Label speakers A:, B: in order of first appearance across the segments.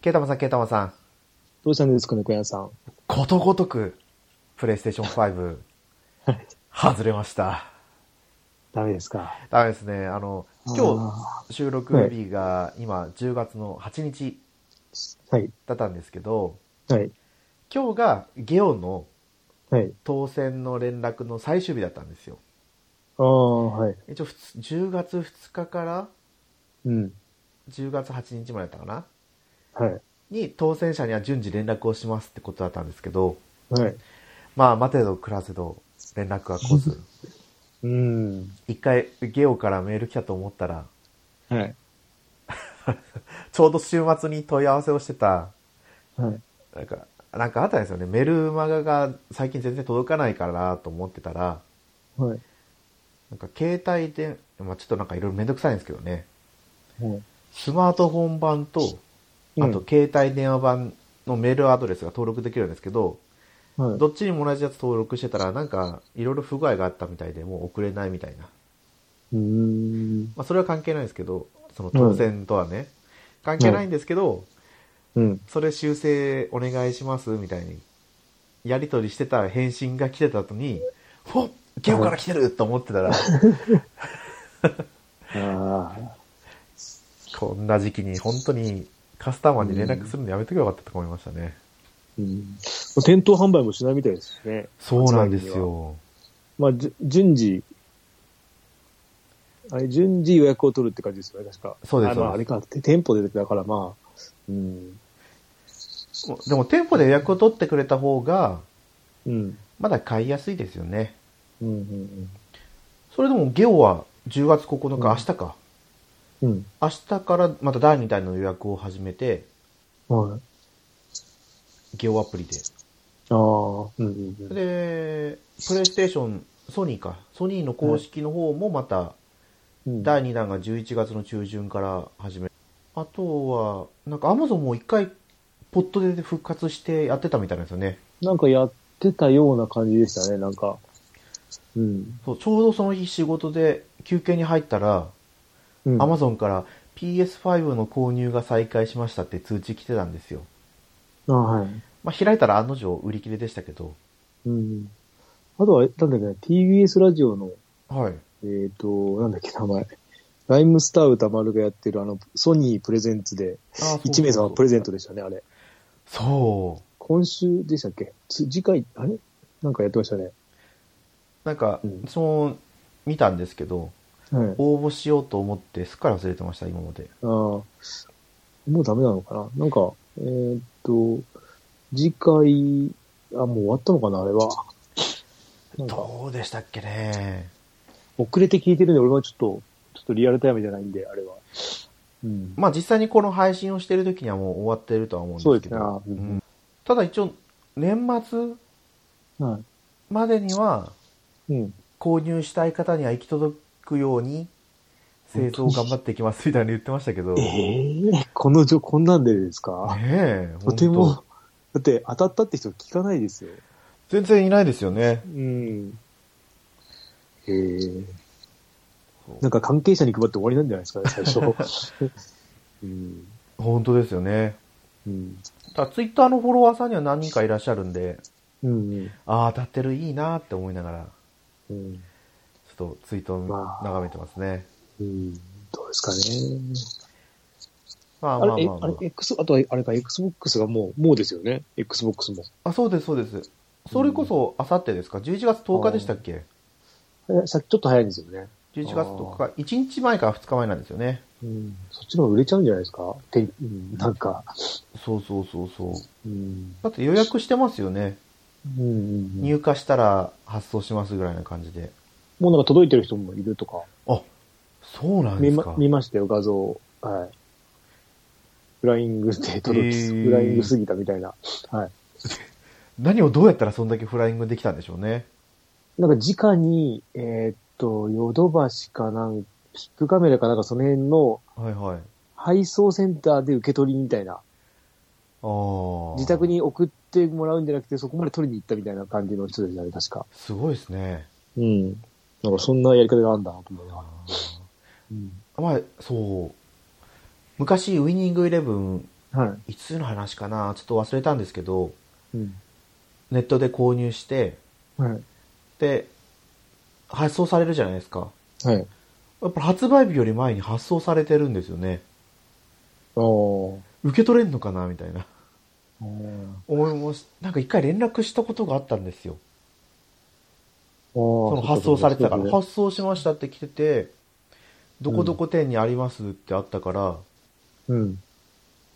A: ケイタマさん、ケイタマさん、
B: どうしたんですかね、小屋さん。
A: ことごとく、プレイステーション5、
B: はい。
A: 外れました。
B: ダメですか。
A: ダメですね。あの、今
B: あ
A: 日、収録日が今、10月の8日
B: ーはい。
A: だったんですけど、
B: はい。
A: 今日がゲオの
B: はい。
A: 当選の連絡の最終日だったんですよ。
B: ああ、はい。
A: 一応、ふつ10月2日から
B: うん。
A: 10月8日までだったかな
B: はい。
A: に、当選者には順次連絡をしますってことだったんですけど、
B: はい。
A: まあ、待てど暮らせど連絡が来ず、
B: うん。
A: 一回ゲオからメール来たと思ったら、
B: はい。
A: ちょうど週末に問い合わせをしてた、
B: はい。
A: なんか、なんかあったんですよね。メルマガが最近全然届かないからなと思ってたら、
B: はい。
A: なんか携帯で、まあちょっとなんかいろいろめんどくさいんですけどね。
B: はい。
A: スマートフォン版と、あと携帯電話版のメールアドレスが登録できるんですけど、
B: はい。
A: どっちにも同じやつ登録してたら、なんかいろいろ不具合があったみたいで、もう送れないみたいな。
B: うーん。
A: まあそれは関係ないんですけど、その当選とはね、関係ないんですけど、
B: うん。
A: それ修正お願いしますみたいに、やりとりしてた返信が来てた後に、ほっゲオから来てると思ってたら、
B: ああ。
A: こんな時期に本当にカスタマーに連絡するのやめとけばよかったと思いましたね。
B: うん。店頭販売もしないみたいですしね。
A: そうなんですよ。
B: まあ、じゅ順次、あれ、順次予約を取るって感じですよね、確か。
A: そうです
B: あまあ、
A: そ
B: あ
A: うで
B: れか、て店舗でだからまあ、うん。
A: でも店舗で予約を取ってくれた方が、
B: うん。
A: まだ買いやすいですよね。
B: うん。うん
A: それでもゲオは10月9日、
B: うん
A: 明日か。
B: うん。
A: 明日からまた第2弾の予約を始めて、
B: うん。はい。
A: ゲオアプリで。
B: ああ。うんうんうん。
A: で、プレイステーション、ソニーか。ソニーの公式の方もまた、
B: うん
A: 第2弾が11月の中旬から始めあとはなんかアマゾンも一回ポットで復活してやってたみたいなんですよね
B: なんかやってたような感じでしたね、なんか。うん。
A: そうちょうどその日仕事で休憩に入ったら
B: うん
A: アマゾンから PS5 の購入が再開しましたって通知来てたんですよ、
B: あ、はい。
A: まあ、開いたら案の定売り切れでしたけど
B: うん。あとは、なんだっけな、TBS ラジオの、
A: はい
B: えっ、と、なんだっけ、名前。ライムスター歌丸がやってるあの、ソニープレゼンツで、
A: あ
B: 1名様プレ
A: ゼン
B: ゼントでしたね、あれ。
A: そう
B: 今週でしたっけつ次回、あれなんかやってましたね。
A: なんか、
B: うん
A: その見たんですけど
B: はい。
A: 応募しようと思ってすっかり忘れてました今まで
B: ああ、もうダメなのかななんか、えっ、と、次回、あ、もう終わったのかなあれは。なんか
A: どうでしたっけね
B: 遅れて聞いてるんで、俺はちょっと、ちょっとリアルタイムじゃないんで、あれは。うん。
A: まあ実際にこの配信をしている時にはもう終わってるとは思うんですけど。
B: そうですねあうん
A: んただ一応、年末
B: は。
A: までにはい
B: うん。
A: 購入したい方には行き届くように製造を頑張っていきますみたいに言ってましたけど。
B: え
A: ね
B: えこの女、こんなんでですか
A: え。
B: とて
A: 本
B: も
A: 当。、
B: だって当たったって人聞かないですよ。
A: 全然いないですよね
B: う。ん。ええなんか関係者に配って終わりなんじゃないですかね、 最初。うん。
A: 本当ですよね。
B: うん。
A: ただツイッターのフォロワーさんには何人かいらっしゃるんで、
B: うん。
A: ああ、当たってるいいなって思いながら、
B: うん。
A: ちょっとツイートを眺めてますね。
B: うん。どうですかね。
A: まあ
B: あ
A: まあ
B: れ、え
A: まあ、
B: あ
A: まあ
B: れ、。X、あとは、あれか、Xbox がもう、もうですよね。Xbox も。
A: あ、そうです、そうです。それこそ、あさってですか ?11 月10日でしたっけ
B: えさちょっと早いんですよね。
A: 11月10日、1日前か2日前なんですよね。
B: うんそっちの方が売れちゃうんじゃないですかて、うん、なんか。
A: そうそうそうそう。
B: うん。
A: だって予約してますよね。
B: うんうんうん
A: 入荷したら発送しますぐらいな感じで。
B: もうなんか届いてる人もいるとか。
A: あ、そうなんで
B: 見
A: す
B: ま
A: か。
B: 見ましたよ、画像。はい。フライングで届き、
A: へー
B: フライング過ぎたみたいな。はい。
A: 何をどうやったらそんだけフライングできたんでしょうね。
B: なんか直に、えーっと、ヨドバシかなんピックカメラかなんかその辺の
A: はいはい。
B: 配送センターで受け取りみたいな。
A: ああ。
B: 自宅。に送ってもらうんじゃなくて、そこまで取りに行ったみたいな感じの人でしたね、確か。
A: すごいですね。
B: うん。なんかそんなやり方があるんだなと思いながら。
A: あ
B: うん。
A: ーまあ、そう。昔、ウィニングイレブン
B: はい
A: つの話かなちょっと忘れたんですけど、
B: い。うん。
A: ネットで購入して、
B: はい。
A: で、発送されるじゃないですか。
B: はい。
A: やっぱ発売日より前に発送されてるんですよね。
B: あー
A: 受け取れんのかなみたいな。
B: あー。
A: 思いもしなんか一回連絡したことがあったんですよ。そ
B: そ
A: の発送されてたから、
B: う
A: 発送しましたって来てて、どこどこ店にありますってあったから、
B: うん。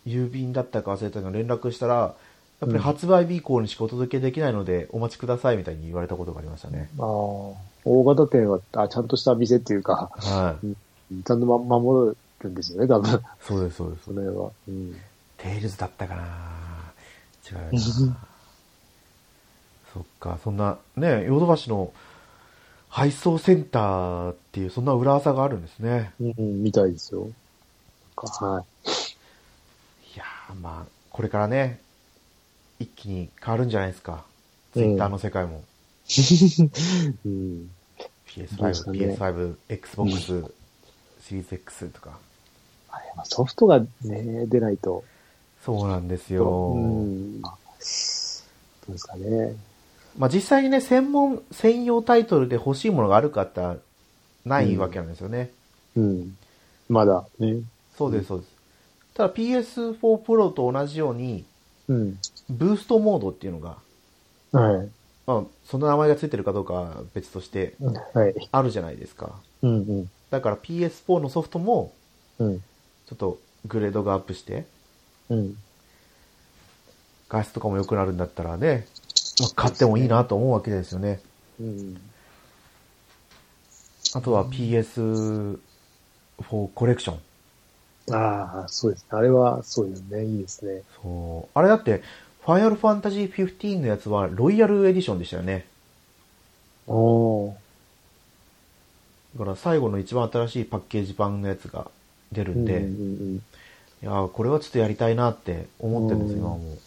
A: 郵便だったか忘れたの連絡したら、やっぱり発売日以降にしかお届けできないので、お待ちくださいみたいに言われたことがありましたね。
B: ああ。大型店は、あ、ちゃんとした店っていうか、
A: はい。
B: ちゃんと、ま、守るんですよね、多分。
A: そうです、そうです
B: そ。の辺は。うん。
A: テイルズだったかな違うなそっか、そんな、ね、ヨドバシの配送センターっていう、そんな裏技があるんですね。
B: うん、みたいですよ。そっかはい。
A: いやー、まあ、これからね、一気に変わるんじゃないですか。
B: う
A: ツ
B: ん
A: イッターの世界も。
B: うん。どうですか
A: PS5、
B: ね
A: PS5、Xbox、シリーズ X とか。
B: あれまあソフトがね、出ないと。
A: そうなんです
B: う
A: よ。
B: ん。どうですかね。
A: まあ実際にね、専門、専用タイトルで欲しいものがあるかって言ったらないわけなんですよね。
B: うん。まだね。
A: そうです、そうです。ただ PS4 Pro と同じように、
B: うん。
A: ブーストモードっていうのが、
B: はい。
A: まあ、その名前がついてるかどうかは別として
B: はい。
A: あるじゃないですか。
B: うんうん。
A: だから PS4 のソフトも、
B: うん。
A: ちょっとグレードがアップして、
B: うん。
A: 画質とかも良くなるんだったらね、まあ、買ってもいいなと思うわけですよね。
B: うん。
A: あとは PS4 コレクション。
B: ああ、そうですね。あれは、そうですね。いいですね。
A: そう。あれだって、ファイアルファンタジー15のやつはロイヤルエディションでしたよね。
B: おー。
A: だから最後の一番新しいパッケージ版のやつが出るんで、
B: うんう
A: い
B: んうん、
A: やーこれはちょっとやりたいなって思ってるんですよ、
B: うん
A: 今はもう。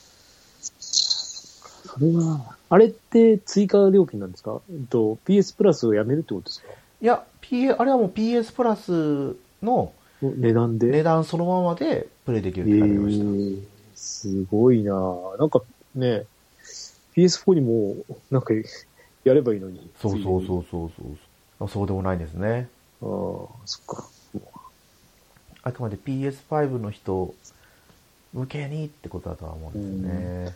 B: それは、あれって追加料金なんですか、えっと、PS プラスをやめるってことですか
A: いや、P、あれはもう PS プラスの
B: お値段で
A: 値段そのままでプレイできるっ
B: え
A: て感じました。
B: ー、すごいなぁなんかね、PS4 にも、なんか、やればいいのに。
A: そうそうそうそうそうそう。そうでもないんですね。
B: う。ああ、そっか。
A: あくまで PS5 の人向けにってことだとは思うんですよね。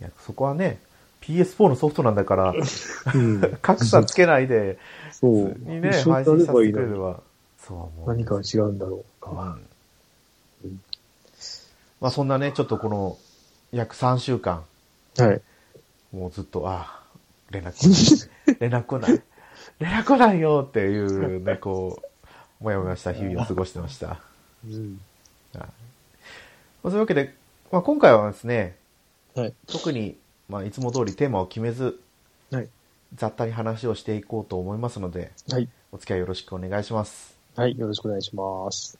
A: いや、そこはね、PS4 のソフトなんだから、
B: うん。
A: 格差つけないで、
B: そう。
A: 普通にね、
B: 一緒
A: 配
B: にや
A: 信
B: れ
A: さ
B: ば
A: せて
B: いい
A: く
B: の
A: れれ
B: に。
A: ば、そうは思うん
B: 何
A: です
B: か
A: よ
B: が違うんだろう
A: う
B: か。
A: ん
B: うん
A: まあそんなね、ちょっとこの約3週間、
B: はい。
A: もうずっと、ああ、連絡来 ない、連絡来ない、連絡来ないよっていうね、こう、もやもやした日々を過ごしてました。
B: うん。
A: まあそういうわけで、まあ、今回はですね、
B: はい。
A: 特に、まあ、いつも通りテーマを決めず、
B: はい。
A: 雑多に話をしていこうと思いますので、
B: はい。
A: お付き合いよろしくお願いします。
B: はい。よろしくお願いします。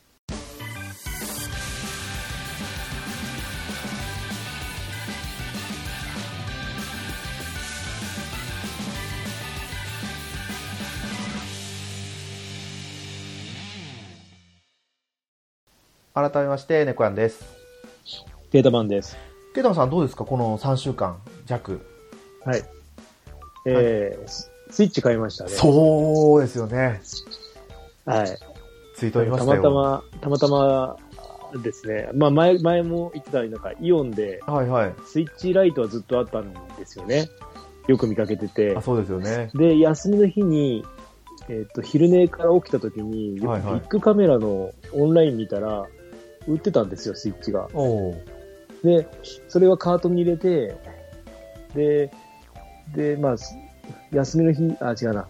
A: 改めまして、猫やんです。
B: データ版です。
A: ケイタマさんどうですかこの3週間弱。
B: はい。えー、ススイッチ買いましたね。
A: そうですよね。
B: はい。
A: ツイート
B: た
A: 見ま
B: ま
A: したたよ。
B: ま、たまたまですね。まあ前、前も言ってたようになんかイオンで、
A: はいはい。
B: スイッチライトはずっとあったんですよね。よく見かけてて
A: あ、。そうですよね。
B: で、休みの日に、えっ、と、昼寝から起きた時に、
A: はいはい
B: ビッグカメラのオンライン見たら、売ってたんですよ、スイッチが。
A: おお。
B: で、それはカートに入れて、で、で、まあ、す休みの日、あ、違うな。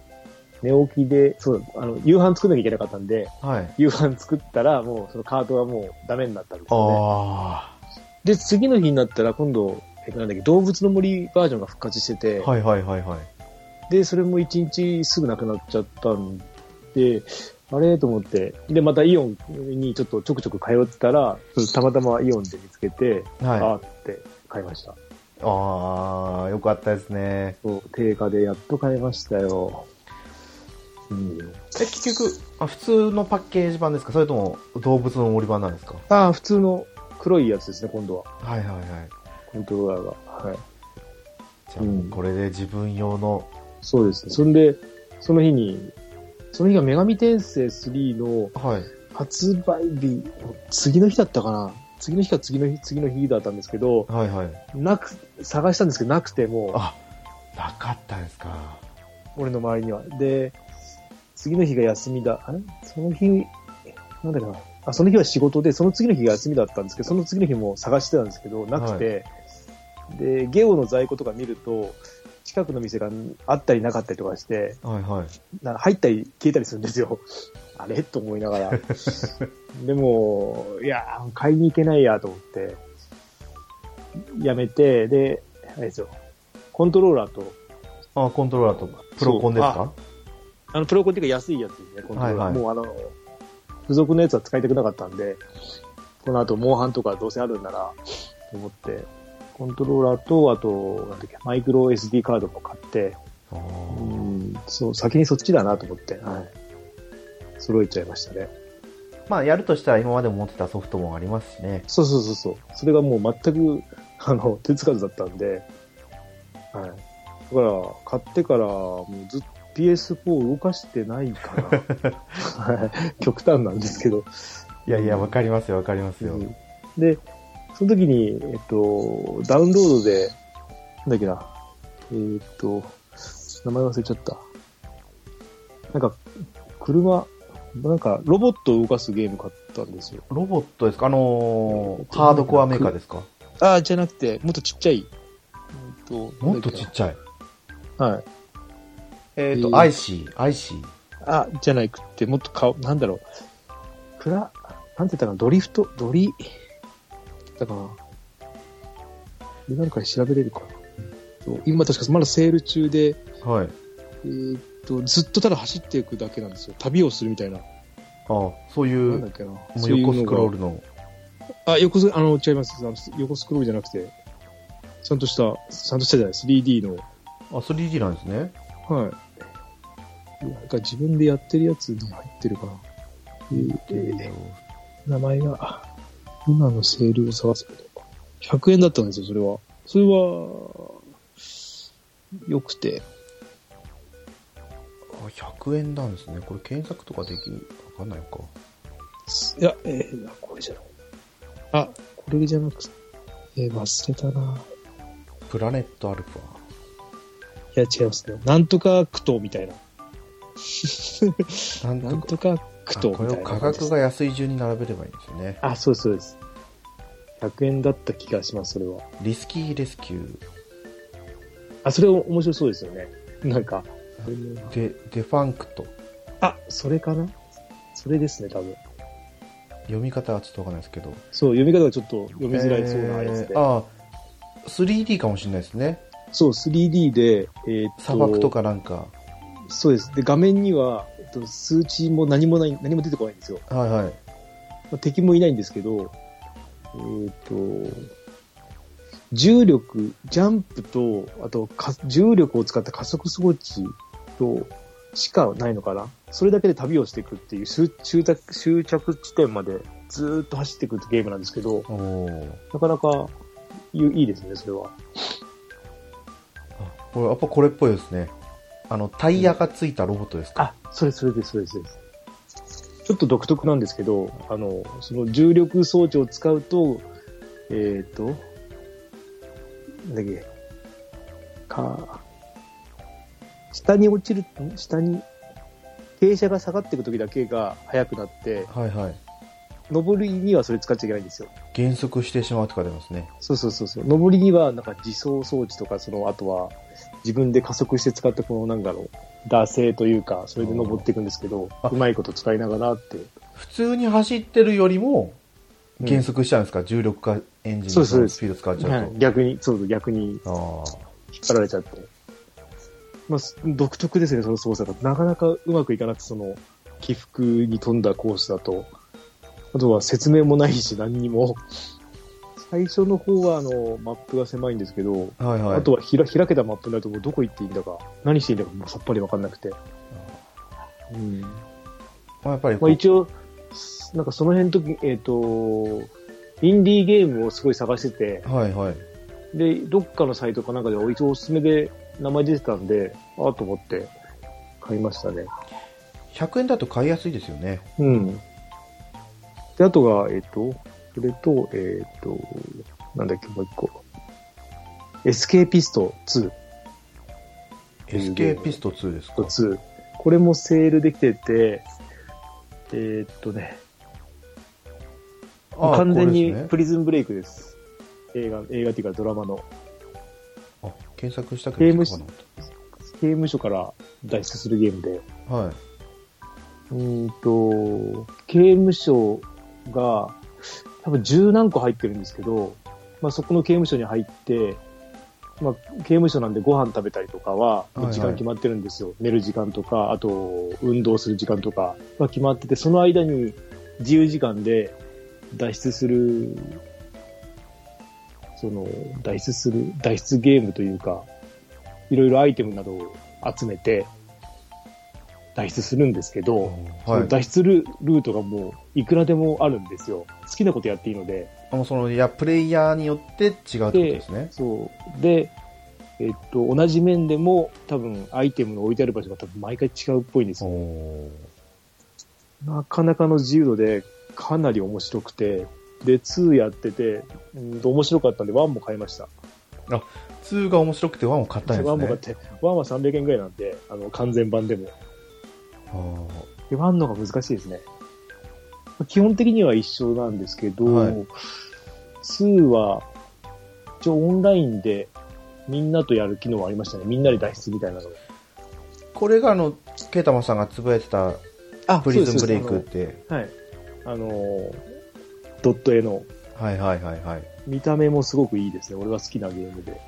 B: 寝起きで、そう、あの、夕飯作んなきゃいけなかったんで、
A: はい。
B: 夕飯作ったら、もう、そのカートがもうダメになったんですよね。
A: あ
B: で、次の日になったら、今度、えっと、なんだっけ、動物の森バージョンが復活してて、
A: あ。はいはいはいはい。
B: で、それも一日すぐなくなっちゃったんで、あれと思って、で、またイオンにちょっとちょくちょく通ってたら、たまたまイオンで見つけて、
A: はい。
B: あーって買いました。
A: ああ、よかったですね。
B: そう定価でやっと買いましたよ。うん、
A: え、結局、あ、普通のパッケージ版ですかそれとも動物の森版なんですか
B: ああ、普通の黒いやつですね、今度は。
A: はいはいはい。
B: コントローラーが。はい。
A: じゃあもうこれで自分用の、
B: そうですね。そんで、その日に、その日が女神転生3の
A: はい。
B: 発売日、次の日だったかな次の日か次の日、次の日だったんですけど、
A: はいはい。
B: なく、探したんですけど、なくても
A: あ、なかったんですか。
B: う、俺の周りには。で、次の日が休みだ。あれその日、なんだっけな。あ、その日は仕事で、その次の日が休みだったんですけど、その次の日も探してたんですけど、なくて、で、ゲオの在庫とか見ると、近くの店があったりなかったりとかして、
A: はいはい。
B: な入ったり消えたりするんですよ。 あれと思いながら。 でも、いやー、買いに行けないやと思って、やめて、で、あれですよ、コントローラーと、
A: あ、コントローラーとプロコンですか
B: あの、プロコンっていうか安いやつですね、コントローラー。
A: はいはい
B: もうあの、付属のやつは使いたくなかったんで、この後、モンハンとかどうせあるんなら、と思って、コントローラーと、あと、なんだっけ、マイクロ SD カードも買って、
A: あ
B: う
A: ー
B: ん、そう、先にそっちだなと思って、はい。揃えちゃいましたね。
A: まあ、やるとしたら今までも持ってたソフトもありますしね。
B: そうそうそうそう。それがもう全く、 あの、手つかずだったんで、はい。だから、買ってから、もうずっと PS4 動かしてない から、はい極端なんですけど。
A: いやいや、わかりますよ、わかりますよ。
B: うんで、その時に、えっと、ダウンロードで、なんだっけな、えーっと、名前忘れちゃった。なんか、車、なんか、ロボットを動かすゲーム買ったんですよ。
A: ロボットですかあのー、ハードコアメーカーですか
B: ああ、じゃなくて、もっとちっちゃい。うんと
A: もっとちっちゃい。
B: はい。
A: えっ、
B: え
A: と、
B: ー
A: アイシー、アイシー。
B: あ、じゃなくて、もっと顔、なんだろう。くら、なんて言ったかな、ドリフト、ドリ、だから、今のから調べれるかな。そう今確かまだセール中で、
A: はい。
B: えーっと、ずっとただ走っていくだけなんですよ。旅をするみたいな。
A: あそうい
B: なんだっ
A: う、
B: けな。
A: も
B: そうういう
A: 横スクロー
B: ル。
A: ルの。
B: あ、横スク、あの、違います。あの横スクロールじゃなくて、ちゃんとした、ちゃんとしたじゃない、3D の。
A: あ、3D なんですね。
B: はい。なんか自分でやってるやつに入ってるかな。えーえー名前が、今のセールを探すけど、100円だったんですよ、それは。それは、良くて。
A: あ、100円なんですね。これ検索とかでき、わかんないのか。
B: いや、えー、あこれじゃない。あ、これじゃなくて、えー忘れたな。
A: プラネットアルファ。
B: いや、違いますね。なんとか苦闘みたいな。
A: なん
B: なん
A: と
B: と
A: か、
B: か苦闘
A: あこ
B: み
A: れを
B: たいな。
A: 価格が安い順に並べればいいんですよね。
B: あ、そうです、そうです。100円だった気がします、それは。
A: リスキーレスキュ
B: あ、それ面白そうですよね。なんか、
A: ー、デ、デファンクト。
B: あ、それかなそれですね、多分。
A: 読み方はちょっとわかんないですけど。
B: そう、読み方がちょっと読みづらいそうなやつで。
A: えーあ、3D かもしれないですね。
B: そう、3D で、えーっと、
A: 砂漠とかなんか。
B: そうです。で、画面には、えっと、数値も何もない、何も出てこないんですよ。
A: はいはい。
B: まあ、敵もいないんですけど、えーっと、重力、ジャンプと、あとか、重力を使った加速装置と、しかないのかなそれだけで旅をしていくっていう終終着、終着地点までずーっと走っていくってゲームなんですけど、
A: おー
B: なかなかいいいいですね、それは。
A: あこれ、やっぱこれっぽいですね。あの、タイヤがついたロボットですか。
B: あ、それそれです、それです。それですちょっと独特なんですけど、あの、その重力装置を使うと、えっ、と、なんだっけ、か、下に落ちる、ん下に、傾斜が下がっていく時だけが速くなって、
A: はいはい。
B: 上りにはそれ使っちゃいけないんですよ。
A: 減速してしまうとか出ますね。
B: そうそうそうそう。上りには、なんか自走装置とか、その、あとは、自分で加速して使った、この、なんだろう、惰性というか、それで登っていくんですけど
A: あ、
B: うまいこと使いながらって。
A: 普通に走ってるよりも
B: うん
A: 減速しちゃうんですか、重力化エンジン
B: そ
A: の
B: うですそうです
A: スピード使っちゃ
B: は
A: う
B: い逆に、そう、逆に引っ
A: と。あ
B: 張られちゃって。まあ、す独特ですね、その操作が。なかなかうまくいかなくて、その、起伏に富んだコースだと。あとは説明もないし、何にも。最初の方は、あの、マップが狭いんですけど、
A: あ。はいはい。
B: あとはひら開けたマップになるともうどこ行っていいんだか、何していいんだかもうさっぱりわかんなくて。うんま
A: まあ、やっぱりこ
B: あ、
A: う、
B: 一応、なんかその辺と、えっ、と、インディーゲームをすごい探してて、
A: はいはい。
B: で、どっかのサイトかなんかで一応おすすめで名前出てたんで、ああと思って買いましたね。
A: 100円だと買いやすいですよね。
B: うん。で、あとが、えっ、と、それと、えっ、と、なんだっけ、もう一個。エスケーピスト2
A: エスケーピスト2ですか
B: と。2。これもセールできてて、えっ、とね、
A: あ
B: 完全
A: こ
B: に
A: れです
B: プリズンブレイクです。映画、映画っていうかドラマの。
A: ね、あ検索したけど
B: ゲーム
A: 出てこなかっ
B: 刑務所から脱出するゲームで。
A: たはい。
B: うーんと、刑務所が、多分十何個入ってるんですけど、まあそこの刑務所に入って、まあ刑務所なんでご飯食べたりとかは、
A: はいはい
B: 時間決まってるんですよ。寝る時間とか、あと運動する時間とかが決まってて、その間に自由時間で脱出する、その、脱出する、脱出ゲームというか、いろいろアイテムなどを集めて、脱出するんですけど、そ
A: は
B: の
A: い。
B: 脱出ルルートがもういくらでもあるんですよ。好きなことやっていいので。
A: あもうそのいやプレイヤーによって違うってことですね。
B: そう。で、えっと、同じ面でも多分アイテムの置いてある場所が多分毎回違うっぽいんです
A: お
B: よ。
A: お
B: なかなかの自由度でかなり面白くて、で、2やってて、うんと面白かったんで1も買いました。
A: 2が面白くて1を買ったん
B: 1
A: ですね。
B: も買って、1は300円ぐらいなんで、あの、完全版でも。
A: ああ
B: で、ワンの方が難しいですね。基本的には一緒なんですけど、
A: はい
B: ツーは、一応オンラインでみんなとやる機能はありましたね。みんなで脱出みたいなのが。
A: これがあの、ケイタマさんがつぶやいてた
B: あ
A: プリズンブレイクって。
B: はい。あのー、ドット絵の
A: はいはいはいはい。
B: 見た目もすごくいいですね。俺が好きなゲームで。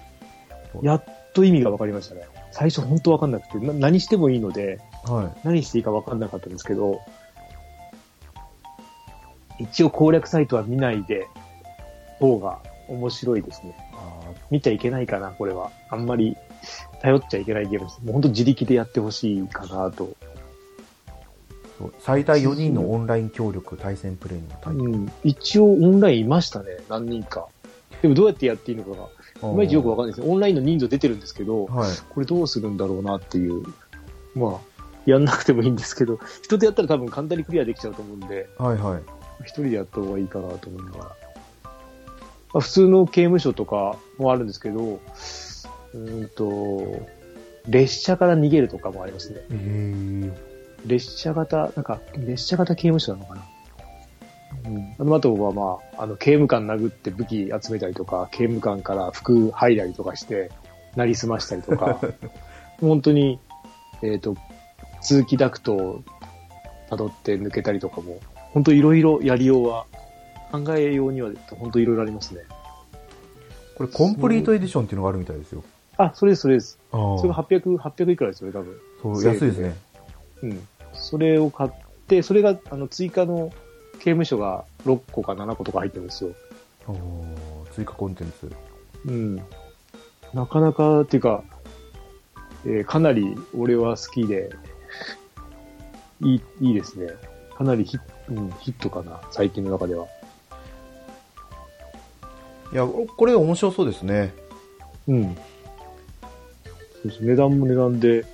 B: やっと意味が分かりましたね。最初本当分かんなくて、な何してもいいので、
A: はい。
B: 何していいか分かんなかったんですけど、一応攻略サイトは見ないで、方が面白いですね。
A: あ
B: 見ちゃいけないかな、これは。あんまり頼っちゃいけないゲームです。もう本当自力でやってほしいかなと。
A: ーそう最大4人のオンライン協力対戦プレイの対
B: うん。一応オンラインいましたね、何人か。でもどうやってやっていいのかが、
A: 応。
B: いまいちよくわかんないですね。オンラインの人数出てるんですけど、
A: はい。
B: これどうするんだろうなっていう。まあ、やんなくてもいいんですけど、人でやったら多分簡単にクリアできちゃうと思うんで、
A: はいはい。
B: 一人でやった方がいいかなと思いながら。まあ、普通の刑務所とかもあるんですけど、うーんと、列車から逃げるとかもありますね。
A: えー、
B: 列車型、なんか、列車型刑務所なのかな。うん、あとは、まあ、あの、刑務官殴って武器集めたりとか、刑務官から服入いだりとかして、なりすましたりとか、本当に、えっ、と、通気ダクトを辿って抜けたりとかも、本当いろいろやりようは、考えようには、本当いろいろありますね。
A: これコンプリートエディションっていうのがあるみたいですよ。
B: あ、それです、それです。
A: あ
B: それが
A: ー
B: 800、800いくらですよね、多分。
A: そう、安いですね。
B: うん。それを買って、それが、あの、追加の刑務所が6個か7個とか入ってるんですよ。
A: おー追加コンテンツ。
B: うん。なかなか、っていうか、えーかなり俺は好きで、いい、いいですね。かなりヒ,、うん、ヒットかな、最近の中では。
A: いや、これ面白そうですね。
B: うん。そうです値段も値段で、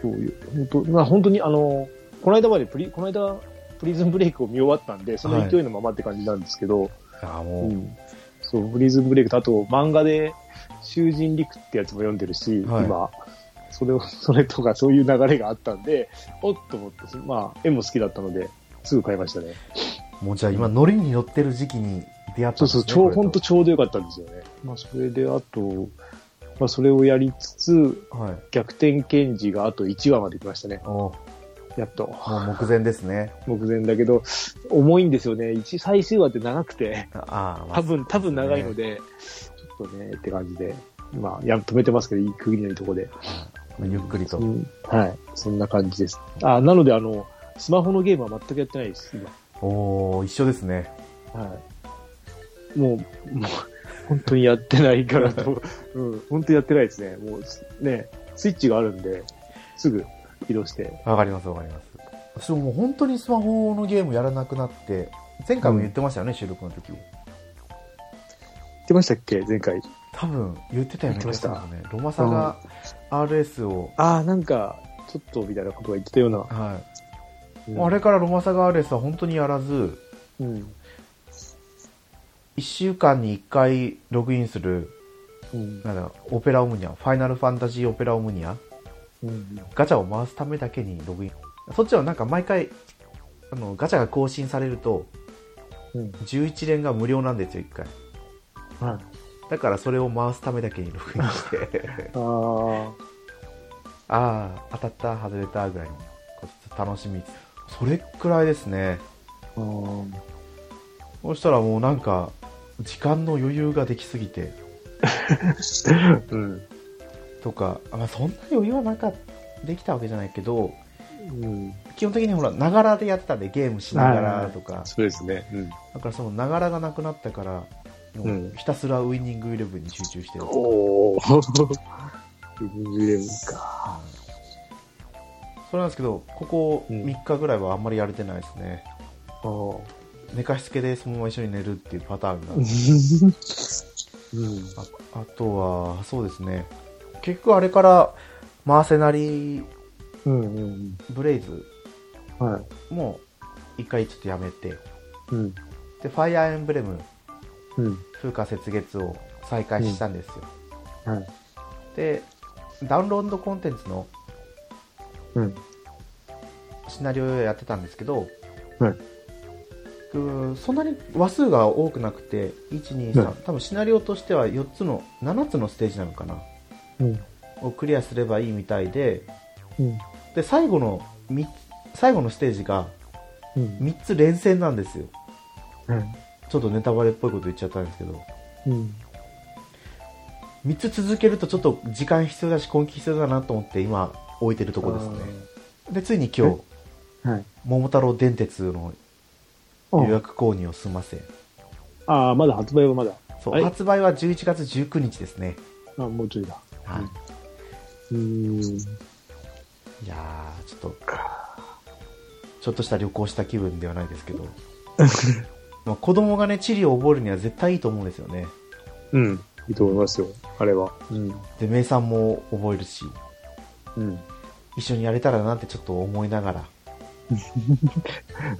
B: そういう、本当まあ本当にあの、この間までプリ、この間、プリズンブレイクを見終わったんで、その勢いのままって感じなんですけど、
A: ああ、もう、
B: うん、そう、フリーズンブレイクと、あと漫画で、囚人陸ってやつも読んでるし、
A: はい
B: 今、それを、それとかそういう流れがあったんで、おっと思って、まあ、絵も好きだったので、すぐ買いましたね。
A: もうじゃあ今、ノリに乗ってる時期に出会った
B: そ
A: んですね。
B: うそう、ちょ
A: こ
B: う、
A: れ
B: ほんと。ちょうどよかったんですよね。まあ、それで、あと、まあ、それをやりつつ、
A: はい。
B: 逆転検事があと1話まで来ましたね。
A: おー
B: やっと。
A: もう目前ですね。
B: 目前だけど、重いんですよね。一最終話って長くて。
A: ああ、まあ
B: 多分、多分長いので、ちょっとね、って感じで、まあ、や止めてますけど、いい区切りのいいとこで。
A: ゆっくりと
B: う。んはい。そんな感じです。あ、なので、あの、スマホのゲームは全くやってないです、
A: おお一緒ですね。
B: 今。はい。もう、もう、本当にやってないから と、うん、本当にやってないですね。もう、ね、スイッチがあるんで、すぐ起動して。
A: わかりますわかります私ももう本当にスマホのゲームやらなくなって前回も言ってましたよね、収録の時
B: 言ってましたっけ前回。
A: 多分言ってたよね
B: 言ってました
A: 確かねロマサが RS を、
B: ああ、なんか、ちょっとみたいなことが言ってたような。
A: はい
B: うん
A: あれからロマサガ RS は本当にやらず
B: うん。
A: 1週間に1回ログインする
B: うん。
A: なんだオペラオムニアファイナルファンタジーオペラオムニア
B: うん。
A: ガチャを回すためだけにログインそっちはなんか毎回あのガチャが更新されると
B: うん。
A: 11連が無料なんですよ1回
B: はい。
A: だからそれを回すためだけにログインして
B: ああ。
A: ああ当たった外れたぐらいの楽しみそれくらいですね
B: うん
A: そしたらもうなんか時間の余裕ができすぎて
B: うん。
A: とか、あまあ、そんな余裕はなんかできたわけじゃないけど
B: うん。
A: 基本的にほらながらでやってたんでゲームしながらとか
B: そうですね。うん。
A: だからそのながらがなくなったからもう
B: うん
A: ひたすらウイニングイレブンに集中してる、
B: おー。ジレムか。
A: それなんですけどここ
B: うん
A: 3日ぐらいはあんまりやれてないですね、
B: ああ。
A: 寝かしつけでそのまま一緒に寝るっていうパターンが、
B: うん。
A: ああとはそうですね結局あれからマーセナリー
B: うんうん
A: ブレイズ
B: うん。はい。
A: も一回ちょっとやめて
B: うん。
A: でファイアーエンブレム
B: うん。
A: 風化雪月を再開したんですよ、
B: はい。
A: でダウンロードコンテンツの
B: うん。
A: シナリオをやってたんですけど、
B: はい
A: うんそんなに話数が多くなくて123、
B: はい
A: 多分シナリオとしては4つの7つのステージなのかな
B: うん。
A: をクリアすればいいみたいで
B: うん。
A: で最後のみ最後のステージが
B: うん。
A: 3つ連戦なんですよ
B: うん。
A: ちょっとネタバレっぽいこと言っちゃったんですけど
B: うん。
A: 3つ続けるとちょっと時間必要だし根気必要だなと思って今置いてるとこですねでついに今日
B: はい。
A: 「桃太郎電鉄」の予約購入を済ませ
B: ああ、まだ発売はまだ。
A: そう、
B: はい
A: 発売は11月19日ですね、
B: あもうちょいだ。
A: はい
B: うん。
A: いやーちょっとちょっとした旅行した気分ではないです けどまあ子供がね地理を覚えるには絶対いいと思うんですよね
B: うん。いいと思いますよ。あれは。うん。
A: で名産も覚えるし
B: うん。
A: 一緒にやれたらなってちょっと思いながら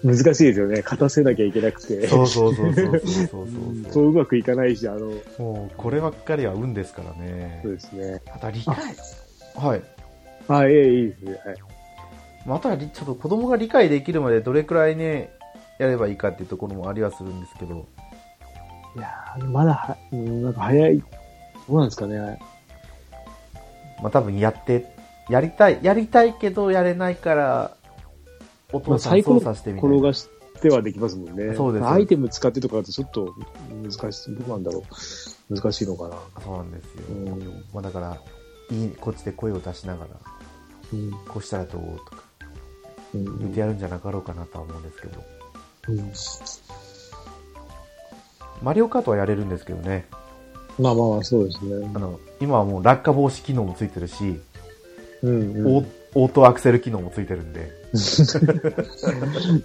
B: 難しいですよね。勝たせなきゃいけなくて。
A: そうそうそうそうそうそう
B: うん
A: そ
B: そうううまくいかないし、あの、
A: もうこればっかりは運ですからね
B: そうですね。
A: また理解はい
B: あ、ええ、いいですね。はい。
A: またりちょっと子供が理解できるまでどれくらいねやればいいかっていうところもありはするんですけど
B: いやーまだは、うんなんか早い。どうなんですかね。
A: まあ多分やって、やりたい、やりたいけどやれないから、お
B: ま
A: 父
B: あ、
A: さん
B: 最高
A: 操作してみたい
B: 転
A: な。
B: がしてはできますもんね。
A: そうです
B: まあアイテム使ってとかだとちょっと難しい。どうなんだろう。難しいのかな。
A: そうなんですよ。
B: うん
A: まあだから、いい、こっちで声を出しながら、
B: うん。
A: こうしたらどうとか、
B: う
A: 言っ
B: ん
A: て。やるんじゃなかろうかなとは思うんですけど。
B: うん
A: マリオカートはやれるんですけどね。
B: まあまあまあ、そうですね。
A: あの、今はもう落下防止機能もついてるし、
B: うん、う
A: オ
B: ん
A: ー。オートアクセル機能もついてるんで、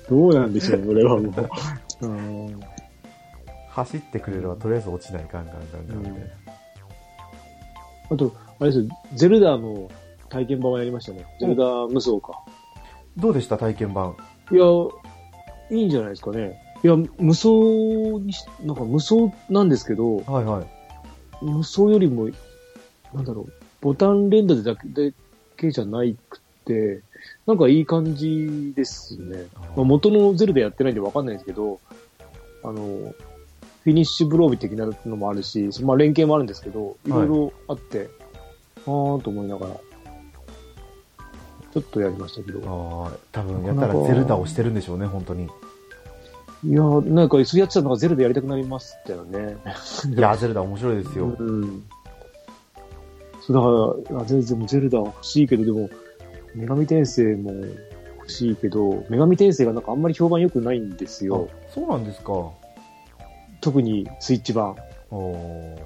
B: どうなんでしょう、俺はも う。うん。
A: 走ってくれればとりあえず落ちないガンガンガンガンみたいな。
B: あと、あれですよ、ゼルダの体験版はやりましたね。ゼルダ無双か。
A: どうでした体験版。
B: いや、いいんじゃないですかね。いや、無双にし、なんか無双なんですけど、
A: はいはい。
B: 無双よりも、なんだろう、ボタン連打でだけだけじゃないくて、なんかいい感じですね。まあ、元のゼルダやってないんでわかんないですけど、あの、フィニッシュブロービー的なのもあるし、そのまあ連携もあるんですけど、いろいろあって、あーんと思いながら、ちょっとやりましたけど。
A: ああ、多分やったらゼルダをしてるんでしょうね、本当に。
B: いやー、なんか、そうやってたらなんかゼルダやりたくなりましたよね。
A: いや、ゼルダ面白いですよ。
B: うん。そう、だから、あ全然ゼルダ欲しいけど、でも、女神転生も欲しいけど、女神転生がなんかあんまり評判良くないんです
A: あ
B: よ。
A: そうなんですか。お
B: 特にスイッチ版。
A: ー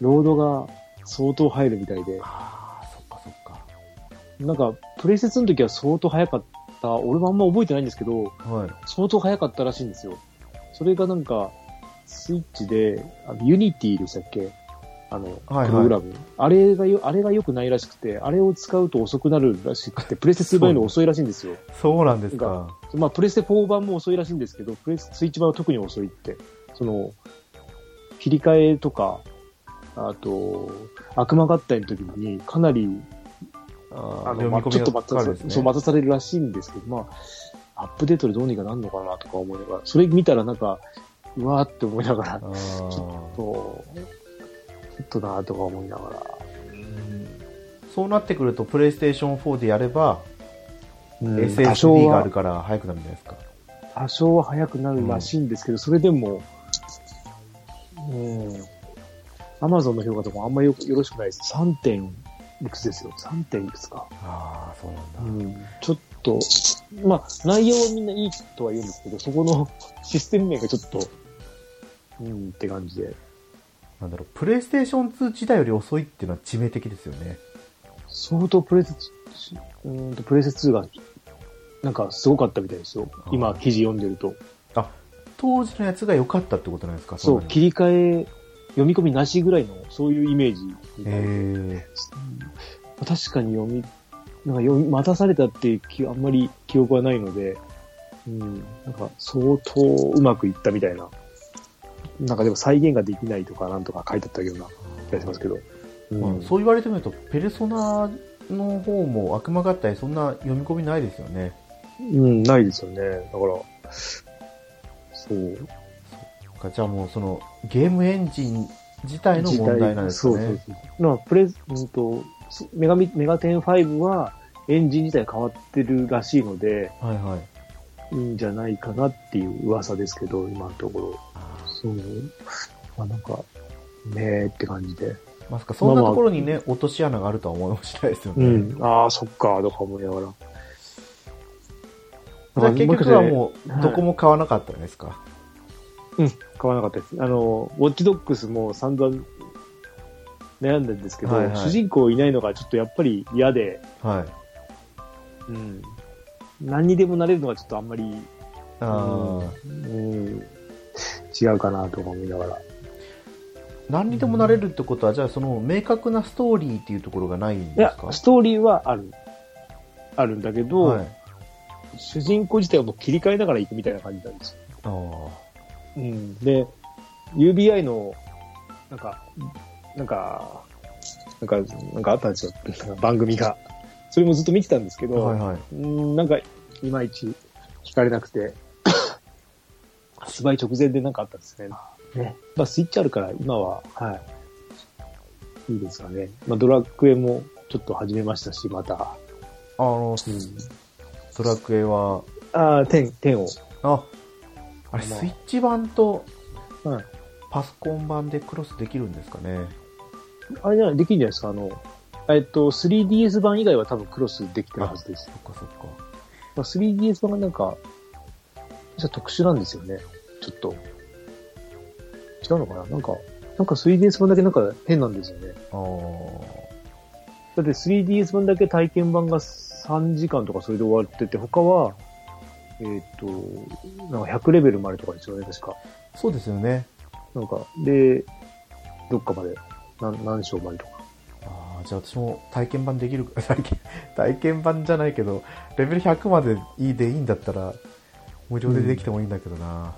B: ロードが相当入るみたいで、
A: ああ、そっかそっか。
B: なんか、プレイセ2の時は相当早かった。俺もあんま覚えてないんですけど、
A: はい。
B: 相当早かったらしいんですよ。それがなんか、スイッチで、あのユニティでしたっけあの、
A: はいはい
B: プログラム。あれがよ、あれが良くないらしくて、あれを使うと遅くなるらしくて、プレステ2版より遅いらしいんですよ。
A: そうなんですか。
B: まあ、プレステ4版も遅いらしいんですけど、プレス、スイッチ版は特に遅いって。その、切り替えとか、あと、悪魔合体の時にかなり
A: あ
B: あ
A: ー
B: の、まあ、ちょっと待た
A: か
B: さ、
A: るんですね
B: そう、待たされるらしいんですけど、まあ、アップデートでどうにかなんのかなとか思いながら、 それ見たらなんか、うわーって思いながら、
A: あー
B: そう、ちょっとなーとか思いながら。
A: そうなってくると、プレイステーション4でやれば、
B: うん多少
A: SSD があ
B: は
A: る、から早くなるんじゃないですか。
B: 多少は早くなるらしいんですけど、それでも、うん、アマゾンの評価とかもあんまよよろしくないです。3点いくつですよ。3点いくつか。
A: ああ、そうなんだ。
B: うんちょっと、まあ、内容はみんないいとは言うんですけど、そこの システム面がちょっと、うんって感じで。
A: なんだろう、プレイステーション2自体より遅いっていうのは致命的ですよね。
B: 相当プレセ、うーんと、プレセ2が、なんかすごかったみたいですよ
A: あ。ー
B: 今、記事読んでると。
A: 当時のやつが良かったってことなんですか
B: そ
A: ん
B: う、
A: なに
B: 切り替え、読み込みなしぐらいの、そういうイメージみたいで
A: え
B: うん確かに読み、なんか読み、待たされたっていう記あんまり記憶はないので、うん、なんか相当うまくいったみたいな。なんかでも再現ができないとかなんとか書いてあったような気がしますけど。
A: ーまあそう言われてみると、ペルソナの方も悪魔合体、そんな読み込みないですよね。
B: うん、ないですよね。だから、そう。
A: かじゃあもう、その、ゲームエンジン自体の問題なんですかね。
B: そうそうそう。まあ、プレ、うんと、すメガミ、メガテン5はエンジン自体変わってるらしいので、
A: はいはい。
B: いいんじゃないかなっていう噂ですけど、今のところ。
A: あ
B: そう。まあなんか、ねえって感じで。
A: ーまさか、そんなところにね、落とし穴があるとは思いもしないですよ
B: う
A: ね。
B: ん。ああ、そっか、とか思いながら。
A: じゃあ結局はも
B: は
A: う、
B: い
A: どこも買わなかったんですか。
B: 買わなかったです。あの、ウォッチドックスも散々悩んだんですけど、
A: はいはい
B: 主人公いないのがちょっとやっぱり嫌で、
A: はい。
B: うん。何にでもなれるのはちょっとあんまり、
A: あー
B: うん、違うかなとか思いながら。
A: 何にでもなれるってことは、じゃあその明確なストーリーっていうところがないん
B: い
A: です
B: や
A: か、
B: ストーリーはある。あるんだけど、
A: はい。
B: 主人公自体はもう切り替えながら行くみたいな感じなんですよ
A: あー
B: うん、で、UBI の、なんか、なんか、なんか、なんかあったんですよ。なんか番組が。それもずっと見てたんですけど、
A: はいはい。
B: うん、なんか、いまいち惹かれなくて、発売直前でなんかあったんですね。ね。まあ、スイッチあるから、今は、はい。いいですかね。まあ、ドラクエもちょっと始めましたし、また。
A: あの、
B: うん。
A: ドラクエは、
B: ああ、10、10を。
A: あ、あれ、
B: まあ
A: スイッチ版と
B: はい。
A: パソコン版でクロスできるんですかね。
B: あれじゃない、できるんじゃないですか、あの、えっと、3DS 版以外は多分クロスできてるはずです。
A: そっかそっか。
B: まあ、3DS 版がなんか、じゃあ特殊なんですよね。ちょっと。違うのかななんか、なんか 3DS 版だけなんか変なんですよね。
A: あー
B: だって 3DS 版だけ体験版が3時間とかそれで終わってて、他は、えっ、と、なんか100レベルまでとかですよね、確か。
A: そうですよね。
B: なんか、で、どっかまで、なん何章までとか。
A: あーじゃあ私も体験版できるか、 体験、体験版じゃないけど、レベル100までいいでいいんだったら、無料でできてもいいんだけどな。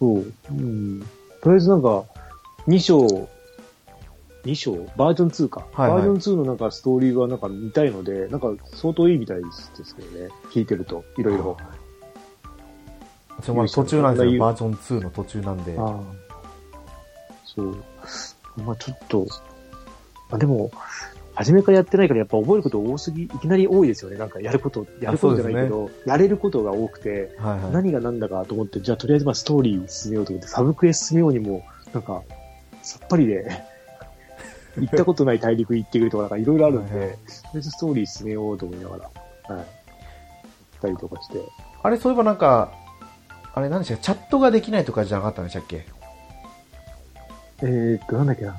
B: そう。うん。とりあえずなんか、2章、2章バージョン2か。
A: はいはい
B: バージョン2のなんかストーリーはなんか見たいので、なんか相当いいみたいですけどね。聞いてると、いろいろ。
A: 私もまだ途中なんです
B: い
A: よ。
B: や
A: バージョン2の途中なんで。
B: ああ。そう。まあちょっと、まあでも、初めからやってないからやっぱ覚えること多すぎ、いきなり多いですよね。なんかやること、やることじゃないけど、やれることが多くて、
A: はいはい。
B: 何が何だかと思って、じゃあとりあえずまあストーリー進めようと思って、サブクエ進めようにも、なんか、さっぱりで、 行ったことない大陸行ってくるとか、なんかいろいろあるん
A: はいはい
B: で、とりあえずストーリー進めようと思いながら、はい。行ったりとかして。
A: あれ、そういえばなんか、あれ、何でしたっけチャットができないとかじゃなかったんでしたっけ
B: えー、っと、なんだっけな。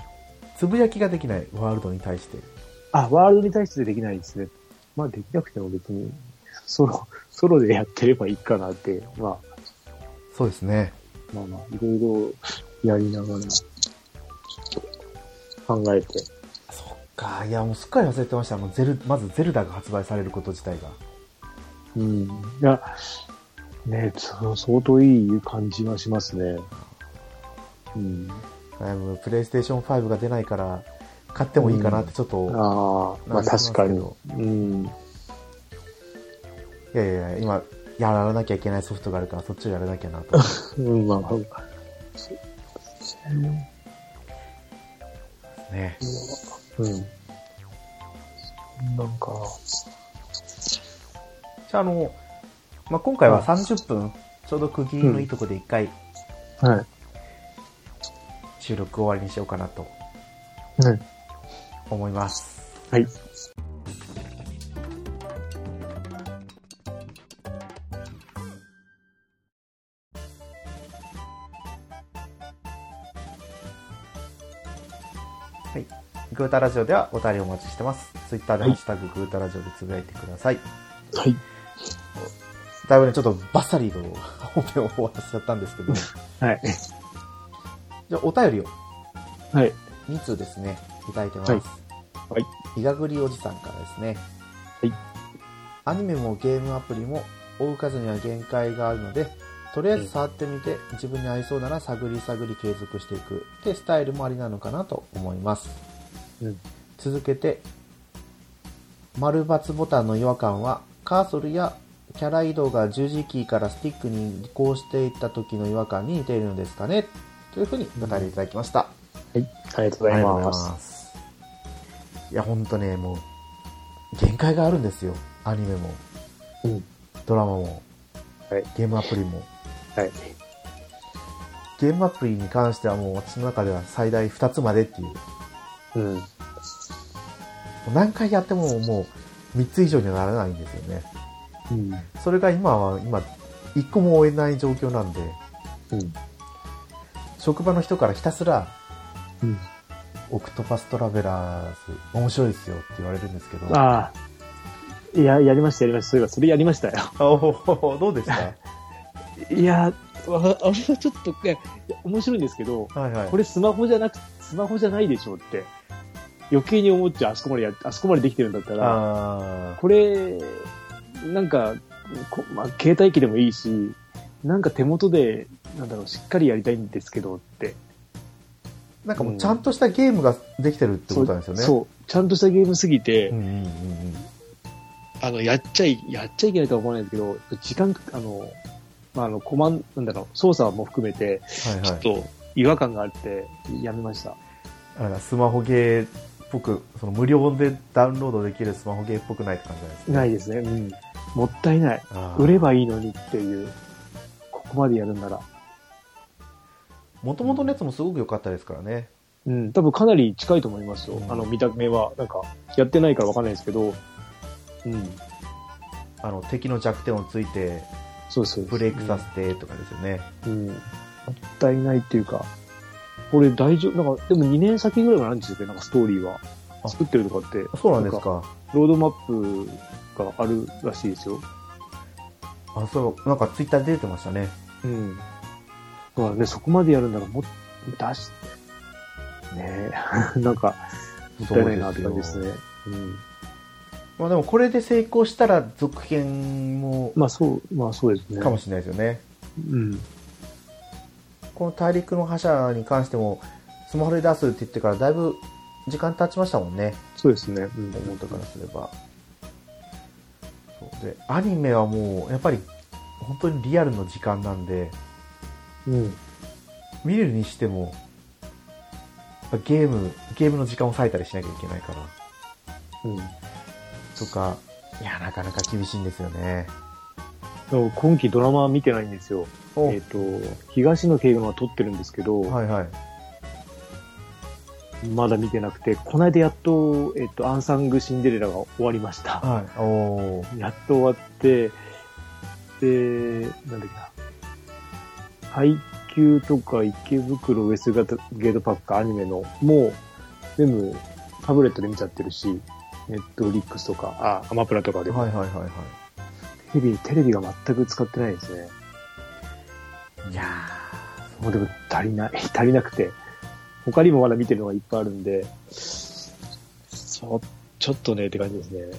A: つぶやきができない、ワールドに対して。
B: あ、ワールドに対してできないですね。まあできなくても別に、ソロ、ソロでやってればいいかなって、まあ、
A: そうですね。
B: まあまあ、いろいろやりながら、ちょっと考えて。
A: そっか。いや、もうすっかり忘れてました。もうゼル、まずゼルダが発売されること自体が。
B: うん。いや、ねそう相当いい感じがしますね。うん。
A: あもうプレイステーション5が出ないから、買ってもいいかなってちょっと、い
B: ああ、ま
A: な
B: あ
A: るほど
B: 確かに
A: なるほ。
B: うん。
A: やいやいや、今、やらなきゃいけないソフトがあるから、そっちをやらなきゃ なと思って。
B: うん、まあ、そ
A: ね。
B: うん。なんか、
A: じゃあ、あの、まあ、今回は30分、ちょうど区切りのいいとこで一回
B: は
A: 収録終わりにしようかなと
B: い。はい。
A: 思います。
B: はい。
A: はい。グータラジオではお便りお待ちしてます。ツイッターでハ
B: はい
A: ッシュタググータラジオでつぶやいてください。
B: はい。
A: だいぶね、ちょっとバッサリと 本編を終わらせちゃったんですけ ど、じ
B: はい。
A: ゃあお便りを
B: はい。
A: 2通ですね、いただいてます。
B: はいはい。
A: いがぐりおじさんからですね。
B: はい。
A: アニメもゲームアプリも追う数には限界があるので、とりあえず触ってみて、自分に合いそうなら探り探り継続していくってスタイルもありなのかなと思います。
B: うん
A: 続けて、丸×ボタンの違和感は、カーソルやキャラ移動が十字キーからスティックに移行していった時の違和感に似ているのですかねというふうにお便りいただきました。
B: はい。ありがとうございます。
A: す。いや、ほんとね、もう、限界があるんですよ。アニメも、
B: うん。
A: ドラマも、
B: はい。
A: ゲームアプリも。
B: はい。
A: ゲームアプリに関してはもう私の中では最大2つまでっていう。も
B: うん。
A: う何回やってももう3つ以上にはならないんですよね。
B: うん。
A: それが今は、今、1個も追えない状況なんで、
B: うん。
A: 職場の人からひたすら、
B: うん。
A: オクトパストラベラーズ、面白いですよって言われるんですけど。
B: ああ。いや、やりました、やりました。そういえば、それやりましたよ。
A: おーどうでした
B: いや、わあれはちょっと、いや、面白いんですけど、
A: はいはい。
B: これスマホじゃなく、スマホじゃないでしょうって、余計に思っちゃう。あそこまでや、あそこまでできてるんだったら、
A: あー
B: これ、なんか、こまあ、携帯機でもいいし、なんか手元で、なんだろう、しっかりやりたいんですけどって。
A: なんかもうちゃんとしたゲームができてるってことなんですよね。
B: そうそう。ちゃんとしたゲームすぎて、
A: うんうんうんうん。
B: あの、やっちゃい、やっちゃいけないとは思わないんですけど、時間、あの、まあ、あの、コマン、なんだろう、操作も含めて、
A: はい
B: ちょ
A: はい。
B: っと違和感があって、やめました。
A: あれだスマホゲーっぽく、その無料でダウンロードできるスマホゲーっぽくないって感じなんですね。
B: ないですね。うん。もったいない。
A: あー
B: 売ればいいのにっていう、ここまでやるんなら。
A: 元々のやつもすごく良かったですからね。
B: うん、多分かなり近いと思いますよ。
A: うん
B: あの、見た目は。なんか、やってないからわかんないですけど。うん。
A: あの、敵の弱点をついて、
B: そうですそうです。
A: ブレイクさせてとかですよね。
B: うん。うんもったいないっていうか、これ大丈夫、なんか、でも2年先ぐらいなんですよね、なんかストーリーは。
A: あ
B: 作ってるとかって、
A: そうなんですか。
B: ロードマップがあるらしいですよ。
A: あ、そう、なんかツイッターで出てましたね。
B: うん。だからね、そこまでやるならもっ、出し、ねえ、 なんか、もったいないなって感じですね。うん。
A: まあでもこれで成功したら続編も、
B: まあそう、まあそうですね。
A: かもしれないですよね。
B: うん。
A: この大陸の覇者に関しても、スマホで出すって言ってからだいぶ時間経ちましたもんね。
B: そうですね。うん。
A: 思ったからすれば。そうで、アニメはもう、やっぱり、本当にリアルの時間なんで、
B: うん。
A: 見るにしても、やっぱゲーム、ゲームの時間を割いたりしなきゃいけないから、
B: うん。
A: とか、いや、なかなか厳しいんですよね。
B: そう今期ドラマは見てないんですよ。
A: お
B: えっ、と、東野圭吾が撮ってるんですけど、
A: はいはい。
B: まだ見てなくて、この間やっと、えっ、と、アンサングシンデレラが終わりました。
A: はい。おー
B: やっと終わって、で、なんだっけな。配給とか池袋ウエストゲートパックアニメの、もう、全部タブレットで見ちゃってるし、ネットフリックスとか、あ、アマプラとかでも、
A: はいはいはいは
B: テレビ、テレビが全く使ってないですね。
A: い。いや
B: もうでも足りない、 足りなくて。他にもまだ見てるのがいっぱいあるんで、そう、ちょっとねって感じですね。
A: ー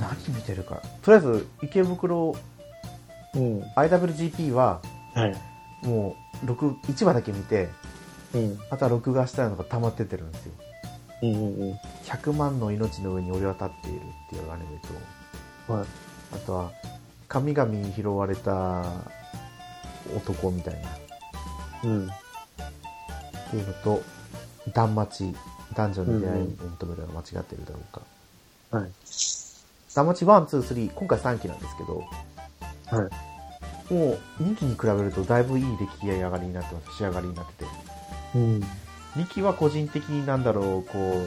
A: 何見てるか。とりあえず、池袋
B: うん。
A: IWGP は、
B: はい。
A: もう、録、1話だけ見て、
B: うん。
A: また録画したのが溜まってってるんですよ。
B: うんうんうん。
A: 100万の命の上に俺は立っているっていうアニメと、
B: はい
A: あとは、神々に拾われた男みたいな、っ
B: うん。
A: ていうのと、断末、男女の出会いを求めるのが間違ってるだろうか。
B: はい。
A: ダマチ1、2、3、今回3期なんですけど、
B: は
A: もう2期に比べるとだいぶいい出来上がりになってます、仕上がりになってて。
B: い。うん。
A: 2期は個人的になんだろう、こ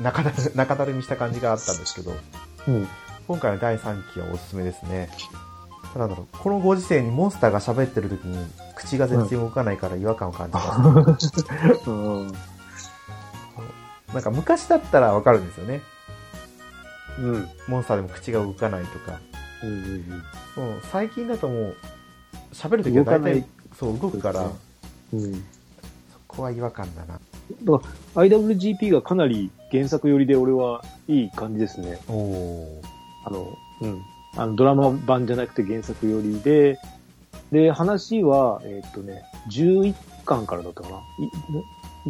A: う、中だる、中だるみした感じがあったんですけど、
B: うん。
A: 今回の第3期はおすすめですね。ただなんだろう、このご時世にモンスターが喋ってる時に口が全然動かないから違和感を感じます。
B: うん。
A: なんか昔だったらわかるんですよね。
B: うん。
A: モンスターでも口が動かないとか。
B: うん。
A: もう最近だともう、喋る時は
B: 動か
A: 大
B: ない
A: 体、そう、動くから、
B: うん。
A: そこは違和感だな。
B: だから IWGP がかなり原作寄りで俺はいい感じですね。
A: おお。
B: あの、うん。あの、ドラマ版じゃなくて原作よりで、で、話は、えーっとね、11巻からだったかな。い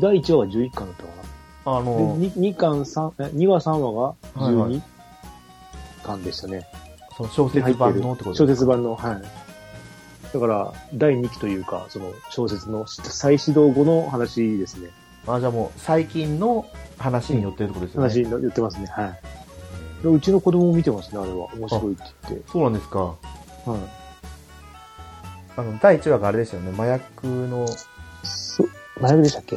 B: 第1話は11巻だったか
A: あ
B: な。
A: の、
B: で、2, 巻三え2話3話が
A: はいはい
B: 12巻でしたね。
A: その小説版のってこと
B: 小説版の、はい。だから、第2期というか、その小説の再始動後の話ですね。
A: あ、じゃあもう最近の話によってるってことですよね。
B: 話に言ってますね。はい。でうちの子供も見てますね、あれは。面白いって言って。
A: そうなんですか。
B: はい。
A: あの、第1話があれでしたよね。麻薬の、
B: そ、前でしたっけ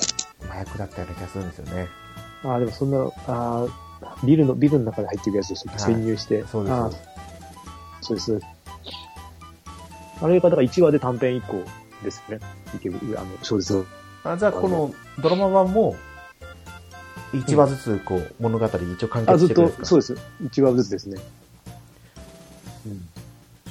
A: 麻薬だったような気がするんですよね。
B: ああ、でもそんな、ああ、ビルの、ビルの中で入っていくやつでしたっけ、
A: はい
B: 潜入して。
A: そうです
B: あ
A: そ
B: あ
A: うです。
B: そうです。あれが、だから1話で短編以降ですね。いける、あの、小説を。
A: あ、じゃあこのドラマ版も、1話ずつこう、物語一応完
B: あ、
A: 結
B: ず
A: し
B: って
A: るんです、
B: と
A: か
B: そうです。1話ずつですね。うん。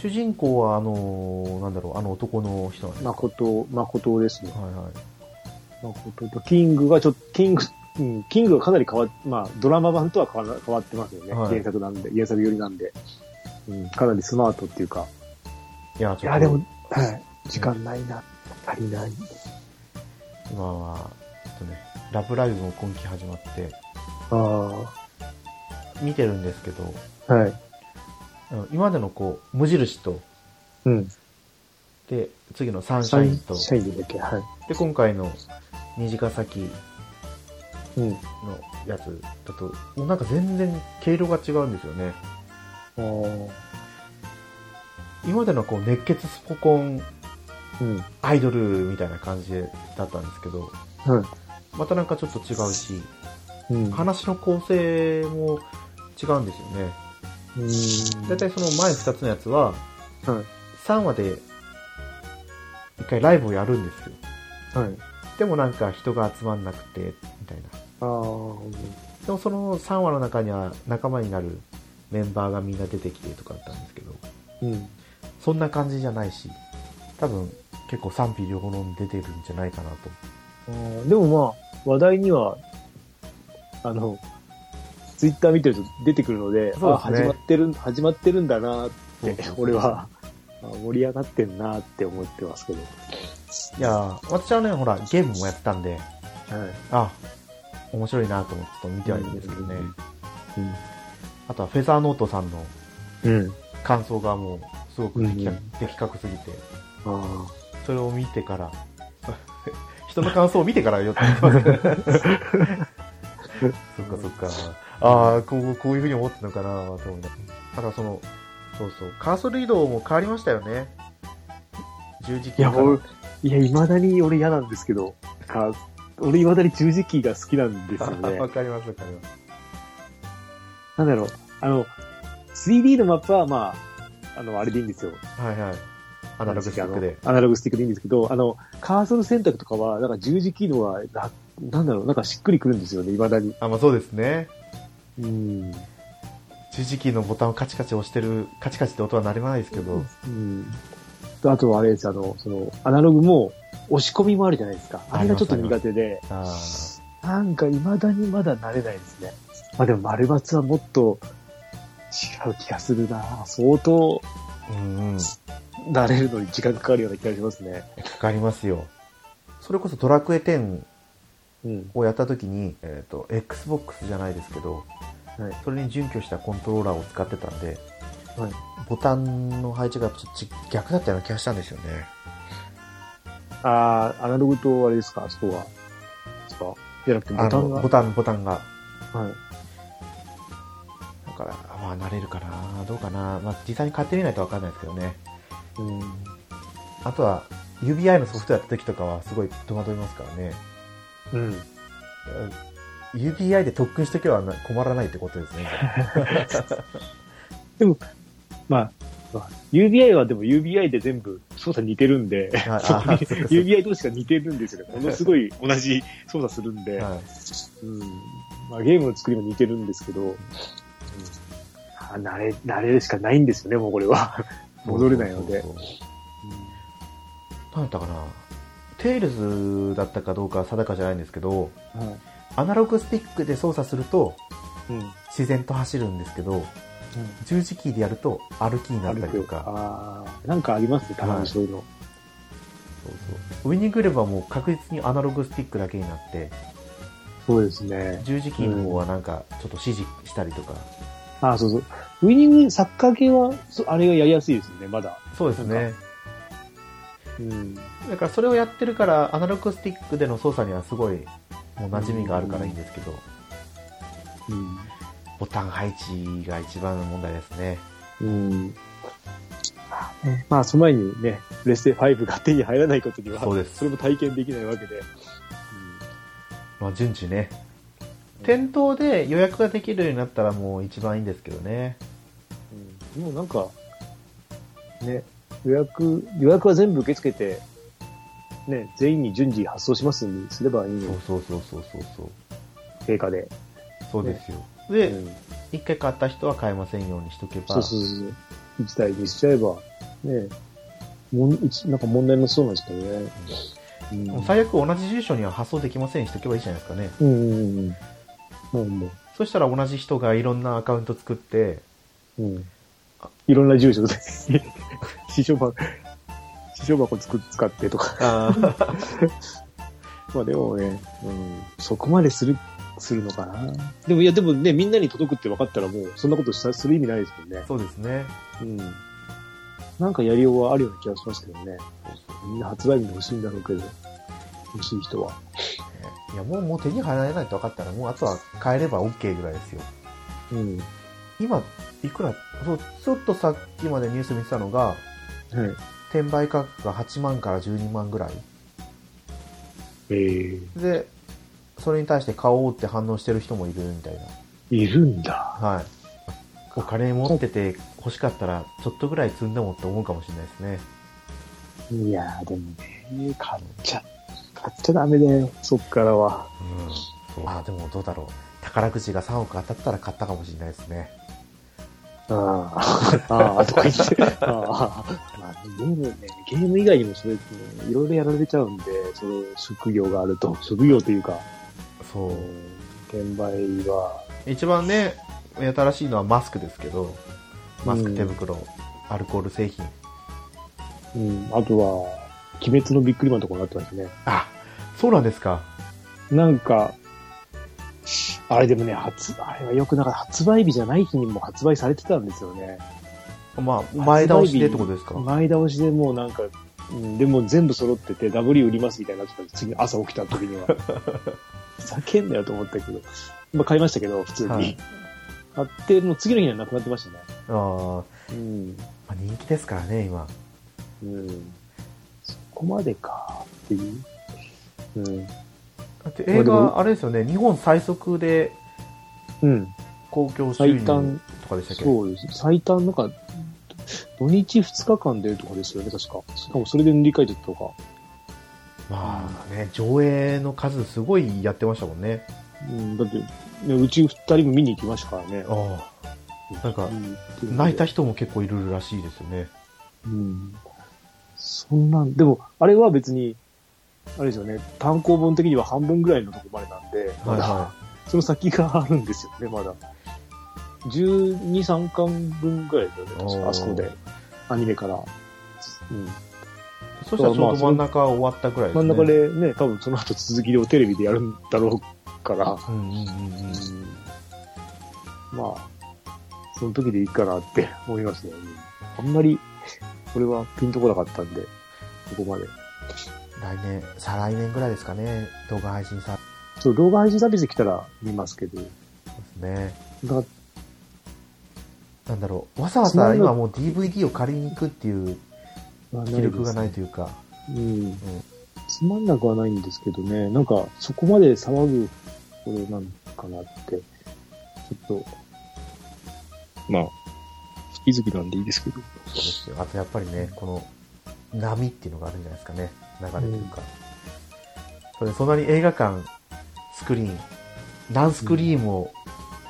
A: 主人公はあのーなんだろう、あの男の人なんですか、
B: 誠、誠ですね。
A: はいはい。
B: 誠と、キングがちょっと、キング、うん、キングがかなり変わっ、まあ、ドラマ版とは変わら変わってますよね。
A: はい
B: 原作なんで、原作寄りなんで。うん、かなりスマートっていうか。
A: いや、
B: い
A: ちょっ
B: や、
A: と、
B: でも、はい。時間ないな。足りない。
A: 今は、ちょっとね、ラブライブも今季始まって、
B: ああ、
A: 見てるんですけど、
B: はい。
A: あの今までのこう、無印と、
B: うん。
A: で、次のサンシャインと、
B: 社員だけ、はい。
A: で、今回の虹ヶ崎
B: うん。
A: の
B: あ
A: やつだと、もうなんか全然毛色が違うんですよね。
B: あ、
A: 今までのこう熱血スポコン
B: うん。
A: アイドルみたいな感じだったんですけど、
B: は
A: またなんかちょっと違うし、
B: い。うん。
A: 話の構成も違うんですよね。だいたいその前2つのやつは、
B: はい。
A: 3話で1回ライブをやるんですよ。
B: はい。
A: でもなんか人が集まんなくて、みたいな。
B: ああ、
A: でもその3話の中には仲間になるメンバーがみんな出てきてとかだったんですけど、
B: うん。
A: そんな感じじゃないし、多分結構賛否両論出てるんじゃないかなと。
B: あーでもまあ、話題には、あの、ツイッター見てると出てくるので、
A: そう
B: あ
A: ですね
B: 始まってる、始まってるんだなって
A: そうそう、
B: 俺は、あ盛り上がってんなって思ってますけど。
A: いやー、私はね、ほら、ゲームもやったんで、
B: はい。
A: あ、面白いなと思ってちょっと見てはいるんですけどね。あとはフェザーノートさんの
B: うん。うん。
A: 感想がもう、すごく的
B: うん
A: 確的確すぎて、
B: あ
A: それを見てから、 人の感想を見てからよって言ってます けどそっかそっか。ああ、こう、こういうふうに思ってたのかなと思いながらただその、そうそう、カーソル移動も変わりましたよね。十字キー
B: いや、
A: から
B: 俺、いや、未だに俺嫌なんですけど、か俺未だに十字キーが好きなんですよね
A: わ。かりますわかります。
B: なんだろう、あの、3D のマップは、まあ、あの、あれでいいんですよ。
A: はいはい。アナログスティックで。
B: あのアナログスティックでいいんですけど、あの、カーソル選択とかは、なんか十字キーのは、ななんだろう、なんかしっくりくるんですよね、未だに。
A: あ、まあそうですね。
B: うん。
A: 十字キーのボタンをカチカチ押してる、カチカチって音は鳴りまないですけど、
B: うん。あとはあれです、あの、その、アナログも、押し込みもあるじゃないですか。あれがちょっと苦手で、
A: あ
B: なんか未だにまだ慣れないですね。まあでも、丸抜はもっと違う気がするな相当
A: ーうんうん、
B: 慣れるのに時間かかるような気がしますね。
A: かかりますよ。それこそドラクエ10
B: うん。
A: をやった時に、えっ、と、Xbox じゃないですけど、
B: はい。
A: それに準拠したコントローラーを使ってたんで、
B: はい
A: ボタンの配置がちょっと逆だったような気がしたんですよね。
B: ああ、アナログとあれですか、あそこは。ですかじゃなくてボ
A: あ
B: タ
A: の
B: ンが。
A: ボタン、ボタンが。
B: はい。
A: だから、まあ慣れるかな、どうかな、まあ実際に買ってみないとわかんないですけどね。
B: うん。
A: あとは、UBI のソフトやった時とかはすごい戸惑いますからね。
B: うん。
A: うん UBI で特訓しとけばな困らないってことですね。
B: まあ、まあ UBI はでも UBI で全部操作似てるんで、
A: ああ
B: そこに
A: そっかそっか
B: UBI 同士が似てるんですよね。ものすごい同じ操作するんで、
A: はい
B: うんまあ、ゲームの作りも似てるんですけど、うんあ慣れ、慣れるしかないんですよね、もうこれ は。戻れないので
A: そうそうそう何だったかな。テイルズだったかどうかは定かじゃないんですけど、
B: はい
A: アナログスティックで操作すると
B: うん
A: 自然と走るんですけど、十字キーでやると歩きになったりと
B: 歩く
A: か、
B: あーなんかありますね、たまにそういうの。
A: そうそうウィニングレバーも確実にアナログスティックだけになって、
B: そうですね。
A: 十字キーの方はなんかちょっと指示したりとか、
B: あ、そうそう。ウィニング、サッカー系は、そあれがやりやすいですよね、まだ。
A: そうですね。
B: うん。
A: だからそれをやってるから、アナログスティックでの操作にはすごい、もう馴染みがあるからいいんですけど、
B: うん。
A: ボタン配置が一番の問題ですね。
B: うん。まあ、その前にね、プレステ5が手に入らないことには、
A: そうです
B: れも体験できないわけで。
A: まあ、順次ね。店頭で予約ができるようになったらもう一番いいんですけどね。
B: うん。もうなんか、ね、予約、予約は全部受け付けて、ね、全員に順次発送しますにすればいい
A: そう
B: の、
A: そうそうそうそうそう。
B: 定価で。
A: そうですよ。
B: う
A: で、
B: ん。
A: 一回買った人は買えませんようにしとけば。
B: そうそうそう。一台にしちゃえば、ね、もんうちなんか問題もそうなんですけどね。うん
A: もう最悪同じ住所には発送できませんにしとけばいいじゃないですかね。
B: うんうんうん。もうも
A: そしたら同じ人がいろんなアカウント作って、
B: う。うん。いろんな住所で、 支障箱、支障箱つく使ってとか。 まあでもね、うん、そこまでする、するのかな。でもいや、でもね、みんなに届くって分かったらもう、そんなことしたする意味ないですもんね。
A: そうですね。
B: うん。なんかやりようはあるような気がしますけどね。みんな発売日に欲しいんだろうけど、欲しい人は。
A: いや、もう、もう手に入られないと分かったら、もうあとは買えれば OK ぐらいですよ。
B: うん。は
A: 今、いくら、そう、ちょっとさっきまでニュース見てたのが、
B: い。
A: 転売価格が8万から12万ぐらい。
B: えー、
A: で、それに対して買おうって反応してる人もいるみたい
B: いるんだ。
A: な。はい。お金持ってて欲しかったら、ちょっとぐらい積んでもって思うかもしれないですね。
B: いやー、でもね、買っちゃ、買っちゃダメだよ、そっからは。
A: うん。そうあ、でもどうだろう。宝くじが3億当たったら買ったかもしれないですね。
B: ああ、ああ、とか言って。ああ、まあ、ゲームね、ゲーム以外にもそれ、ね、いろいろやられちゃうんで、その職業があると、職業というか、
A: そうう。
B: ん転売は、
A: 一番ね、新しいのはマスクですけど、マスク、手袋、アルコール製品。
B: うん、あとは、鬼滅のビックリマンとかになってますね。
A: あ、そうなんですか。
B: なんか、あれでもね、発、あれはよくなんかった発売日じゃない日にも発売されてたんですよね。
A: まあ、前倒しでってことですか。
B: 前倒しでもうなんか、うん、でも全部揃ってて、W 売りますみたいになってたんです次朝起きた時 には。ふざけんなよと思ったけど。まあ買いましたけど、普通に。
A: はい
B: 買って、もう次の日にはなくなってましたね。
A: あーま
B: うん。
A: あ、人気ですからね、今。
B: うん。そこまでか、っていう。うん。
A: だって映
B: まあでも
A: 画、あれですよね、日本最速で
B: うん。
A: 公共収
B: 最
A: 入
B: 短、
A: とかでしたっけ
B: そうです。最短なんか、土日2日間でとかですよね、確か。しかもそれで塗り替えてたとか。
A: まあね、上映の数すごいやってましたもんね。
B: うん、だって、ねうち二人も見に行きましたからね。
A: あなんか
B: うん
A: あ。泣いた人も結構いるらしいですよね。
B: うん。そんなん、でも、あれは別に、あれですよね、単行本的には半分ぐらいのとこまでなんで、ま
A: はい
B: だ
A: は
B: その先があるんですよね、まだ。12、3巻分ぐらいだよね確
A: お
B: か、
A: ー
B: あそこで。アニメから。うん。
A: い。そしたらちょうど真ん中終わったぐらいで
B: 真
A: す
B: ん
A: ね。
B: 中。でね、多分その後続きをテレビでやるんだろうから、
A: うんうんうんうん。
B: まあ、その時でいいかなって思いましたね。あんまり、これはピンとこなかったんで、ここまで。
A: 来年、再来年ぐらいですかね。動画配信さ
B: そう、動画配信サービスで来たら見ますけど、
A: ですね。
B: だ
A: なんだろう。わざわざ今もう DVD を借りに行くっていう
B: まあ
A: 気力がないと
B: い
A: いうか。
B: う、うん。つまんなくはないんですけどね、なんか、そこまで騒ぐこれなのかなって、ちょっと、まあ、好き好きなんでいいですけど。
A: そうですよ。あとやっぱりね、この波っていうのがあるんじゃないですかね。流れというか。それそんなに映画館、スクリーン、何スクリーンを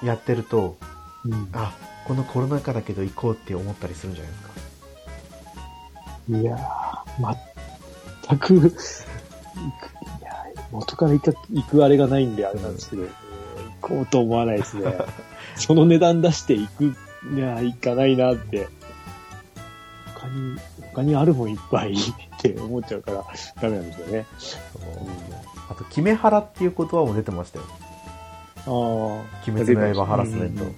A: やってると、
B: うん
A: あ、このコロナ禍だけど行こうって思ったりするんじゃないですか。
B: いやー、全く、いくいやー元から行く行くあれがないんであれなんですけど、行こうと思わない ですね。その値段出して行く、いやー、行かないなって。他に、他にあるもんいっぱい って思っちゃうから、ダメなんですよね。
A: そうあと、キメハラっていう言葉も出てましたよ。
B: ああ。
A: 鬼滅の刃ハラスメント
B: うんうん。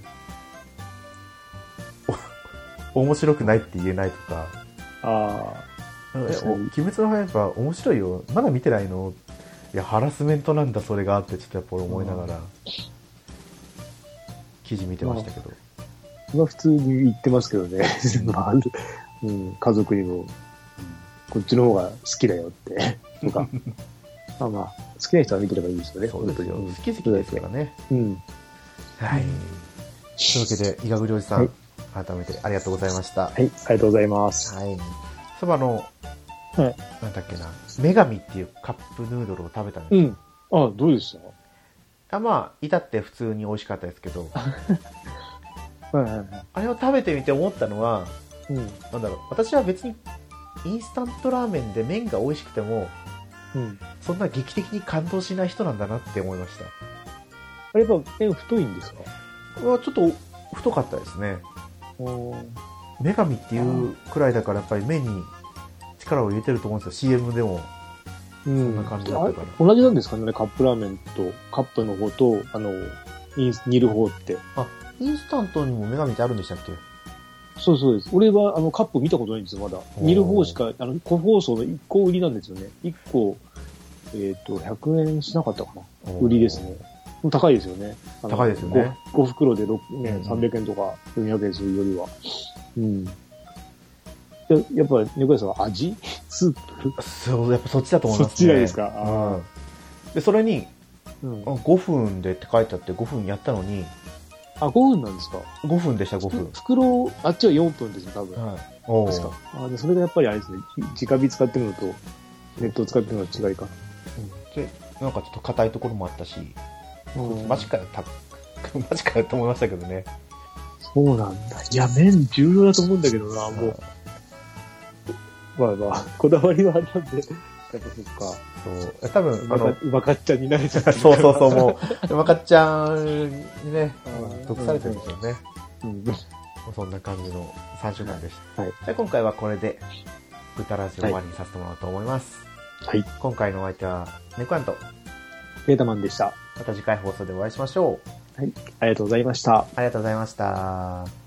A: お面白くないって言えないとか。
B: あ
A: え、お
B: 確かに
A: 鬼滅の刃面白いよ。まだ見てないのいや、ハラスメントなんだ、それがって、ちょっとやっぱ俺思いながら、記事見てましたけど。
B: あ、それは普通に言ってますけどね。まあ、 うん、家族にも、こっちの方が好きだ よって、とか。まあまあ、好きな人は見てればいいですよね。
A: そうですよ。
B: 本
A: 好き好きですからね。
B: 当に。うん。
A: はい。というわけで、伊賀栗おじさん、
B: はい
A: 改めてありがとうございました。
B: はい、ありがとうございます。
A: はい。そばの、
B: はい
A: なんだっけな、女神っていうカップヌードルを食べたんですけど
B: うん。あ、どうでし
A: あまあ、いたって普通に美味しかったですけど、
B: たはいはいは
A: あれを食べてみて思ったのは、
B: い。うん。
A: なんだろう、私は別にインスタントラーメンで麺が美味しくても、
B: うん。
A: そんな劇的に感動しない人なんだなって思いました。
B: あれやっぱ、え、太いんですか
A: これはちょっと太かったですね。
B: おー
A: 女神っていうくらいだから、やっぱり麺に力を入れてると思うんですよ、CM でも。
B: うん
A: な感じだったから
B: あ同じなんですかね、カップラーメンと、カップの方と、あの、インス煮る方って。
A: インスタントにも女神ってあるんでしたっけ
B: そうそうです。俺は、あの、カップ見たことないんですよ、まだ。煮る方しか、あの、個包装の1個売りなんですよね。1個、えっ、と、100円しなかったかな。売りですね。。高いですよね。あの
A: 高いですよね。
B: 5, 袋で六ね、
A: うん
B: 300円とか400円するよりは。うん。ややっぱ、猫屋さんは味 スープ
A: そう、やっぱそっちだと思い
B: そ
A: ますね。
B: っちがいいですか。
A: う
B: あ
A: ん。で、それに、
B: ーうん
A: あ5分でって書いてあって5分やったのに、
B: あ、5分なんですか
A: 5分でした、5分
B: ふ。袋、あっちは4分ですよ、多分。
A: はい。お
B: 確か。あでそれがやっぱりあれですね。じ直火使ってるのと、ネットを使ってるのの違いか。
A: で、なんかちょっと硬いところもあったし、
B: うん
A: マジかよ、た マジかよと思いましたけどね。
B: そうなんだ。いや、麺重要だと思うんだけどな、もう。まあまあ、こだわりはあったんで。やっぱそっか。
A: そう。多分、あ
B: あの
A: の、
B: うまかっちゃんになれちゃった。
A: そうそうそう、もう、 まかっちゃんにね、
B: うん
A: 毒されてるんですよね。
B: うん。
A: そんな感じの3週間でした。
B: はい
A: じゃあ今回はこれで、グタラジオ終わりにさせてもらおうと思います。
B: はい。
A: 今回のお相手は、ネコアンと、
B: ペータマンでした。
A: また次回放送でお会いしましょう。
B: ありがとうございました。
A: ありがとうございました。